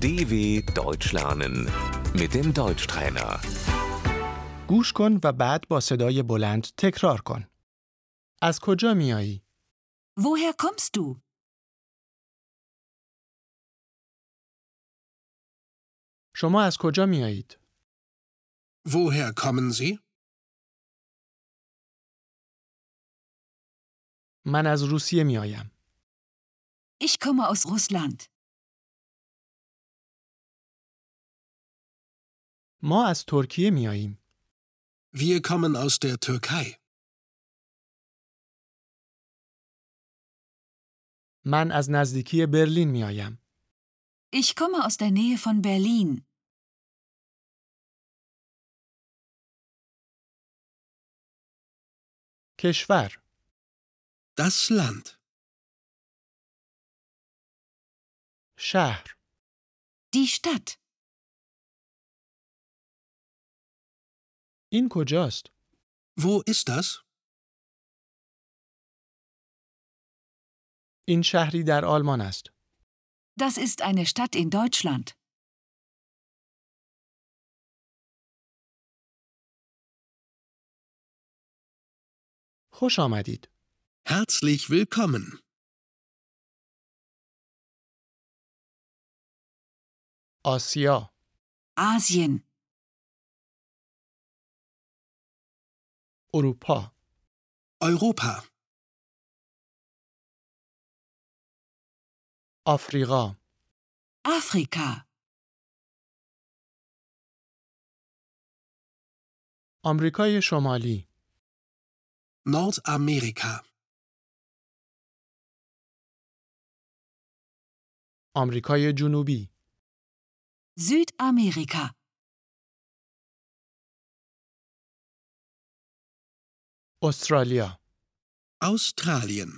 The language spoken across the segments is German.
DW Deutsch lernen mit dem Deutschtrainer. گوش کن و بعد با صدای بلند تکرار کن. از کجا میایی؟ Woher kommst du? شما از کجا میایید؟ Woher kommen Sie? من از روسیه میایم. Ich komme aus Russland. ما از ترکیه میاییم. Wir kommen aus der Türkei. من از نزدیکی برلین میایم. Ich komme aus der Nähe von Berlin. کشور Das Land. شهر Die Stadt. این کجاست؟ Wo ist das? این شهری در آلمان است. Das ist eine Stadt in Deutschland. خوش آمدید. Herzlich willkommen. آسیا Asien. اروپا Europa. آفریقا Afrika. آمریکای شمالی Nordamerika. آمریکای جنوبی Südamerika. استرالیا Australien.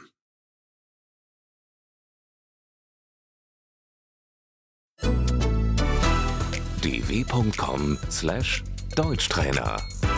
dw.com/deutschtrainer